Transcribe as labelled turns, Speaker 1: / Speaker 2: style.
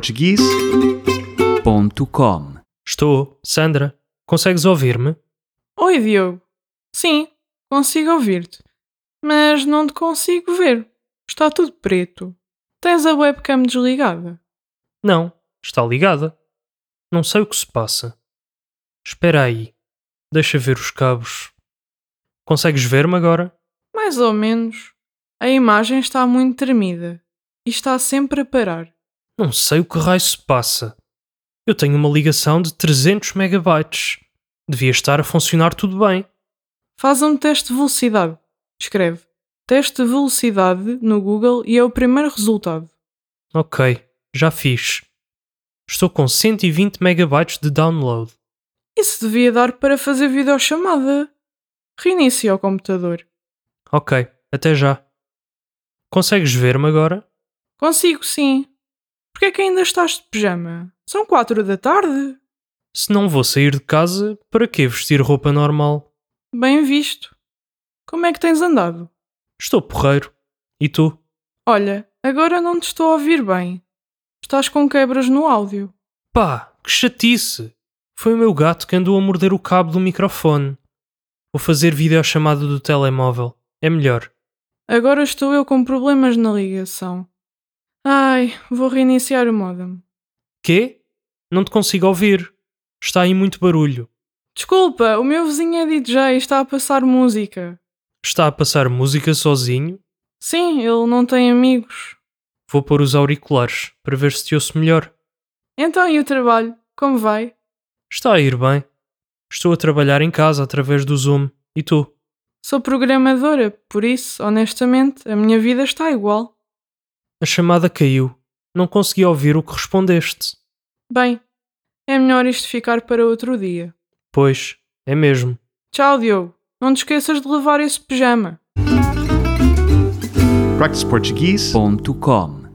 Speaker 1: practiceportuguese.com.
Speaker 2: practiceportuguês.com
Speaker 3: Estou, Sandra. Consegues ouvir-me?
Speaker 4: Oi, Diogo. Sim, consigo ouvir-te, mas não te consigo ver. Está tudo preto. Tens a webcam desligada.
Speaker 3: Não, está ligada. Não sei o que se passa. Espera aí. Deixa ver os cabos. Consegues ver-me agora?
Speaker 4: Mais ou menos. A imagem está muito tremida e está sempre a parar.
Speaker 3: Não sei o que raio se passa. Eu tenho uma ligação de 300 megabytes. Devia estar a funcionar tudo bem.
Speaker 4: Faz um teste de velocidade. Escreve teste de velocidade no Google e é o primeiro resultado.
Speaker 3: Ok, já fiz. Estou com 120 megabytes de download.
Speaker 4: Isso devia dar para fazer videochamada. Reinicia o computador.
Speaker 3: Ok, até já. Consegues ver-me agora?
Speaker 4: Consigo, sim. Porquê é que ainda estás de pijama? São quatro da tarde.
Speaker 3: Se não vou sair de casa, para que vestir roupa normal?
Speaker 4: Bem visto. Como é que tens andado?
Speaker 3: Estou porreiro. E tu?
Speaker 4: Olha, agora não te estou a ouvir bem. Estás com quebras no áudio.
Speaker 3: Pá, que chatice! Foi o meu gato que andou a morder o cabo do microfone. Vou fazer videochamada do telemóvel. É melhor.
Speaker 4: Agora estou eu com problemas na ligação. Ai, vou reiniciar o modem.
Speaker 3: Quê? Não te consigo ouvir. Está aí muito barulho.
Speaker 4: Desculpa, o meu vizinho é DJ e está a passar música.
Speaker 3: Está a passar música sozinho?
Speaker 4: Sim, ele não tem amigos.
Speaker 3: Vou pôr os auriculares para ver se te ouço melhor.
Speaker 4: Então e o trabalho? Como vai?
Speaker 3: Está a ir bem. Estou a trabalhar em casa através do Zoom. E tu?
Speaker 4: Sou programadora, por isso, honestamente, a minha vida está igual.
Speaker 3: A chamada caiu. Não consegui ouvir o que respondeste.
Speaker 4: Bem, é melhor isto ficar para outro dia.
Speaker 3: Pois, é mesmo.
Speaker 4: Tchau, Diogo. Não te esqueças de levar esse pijama.
Speaker 1: practiceportuguese.com.
Speaker 2: practiceportuguês.com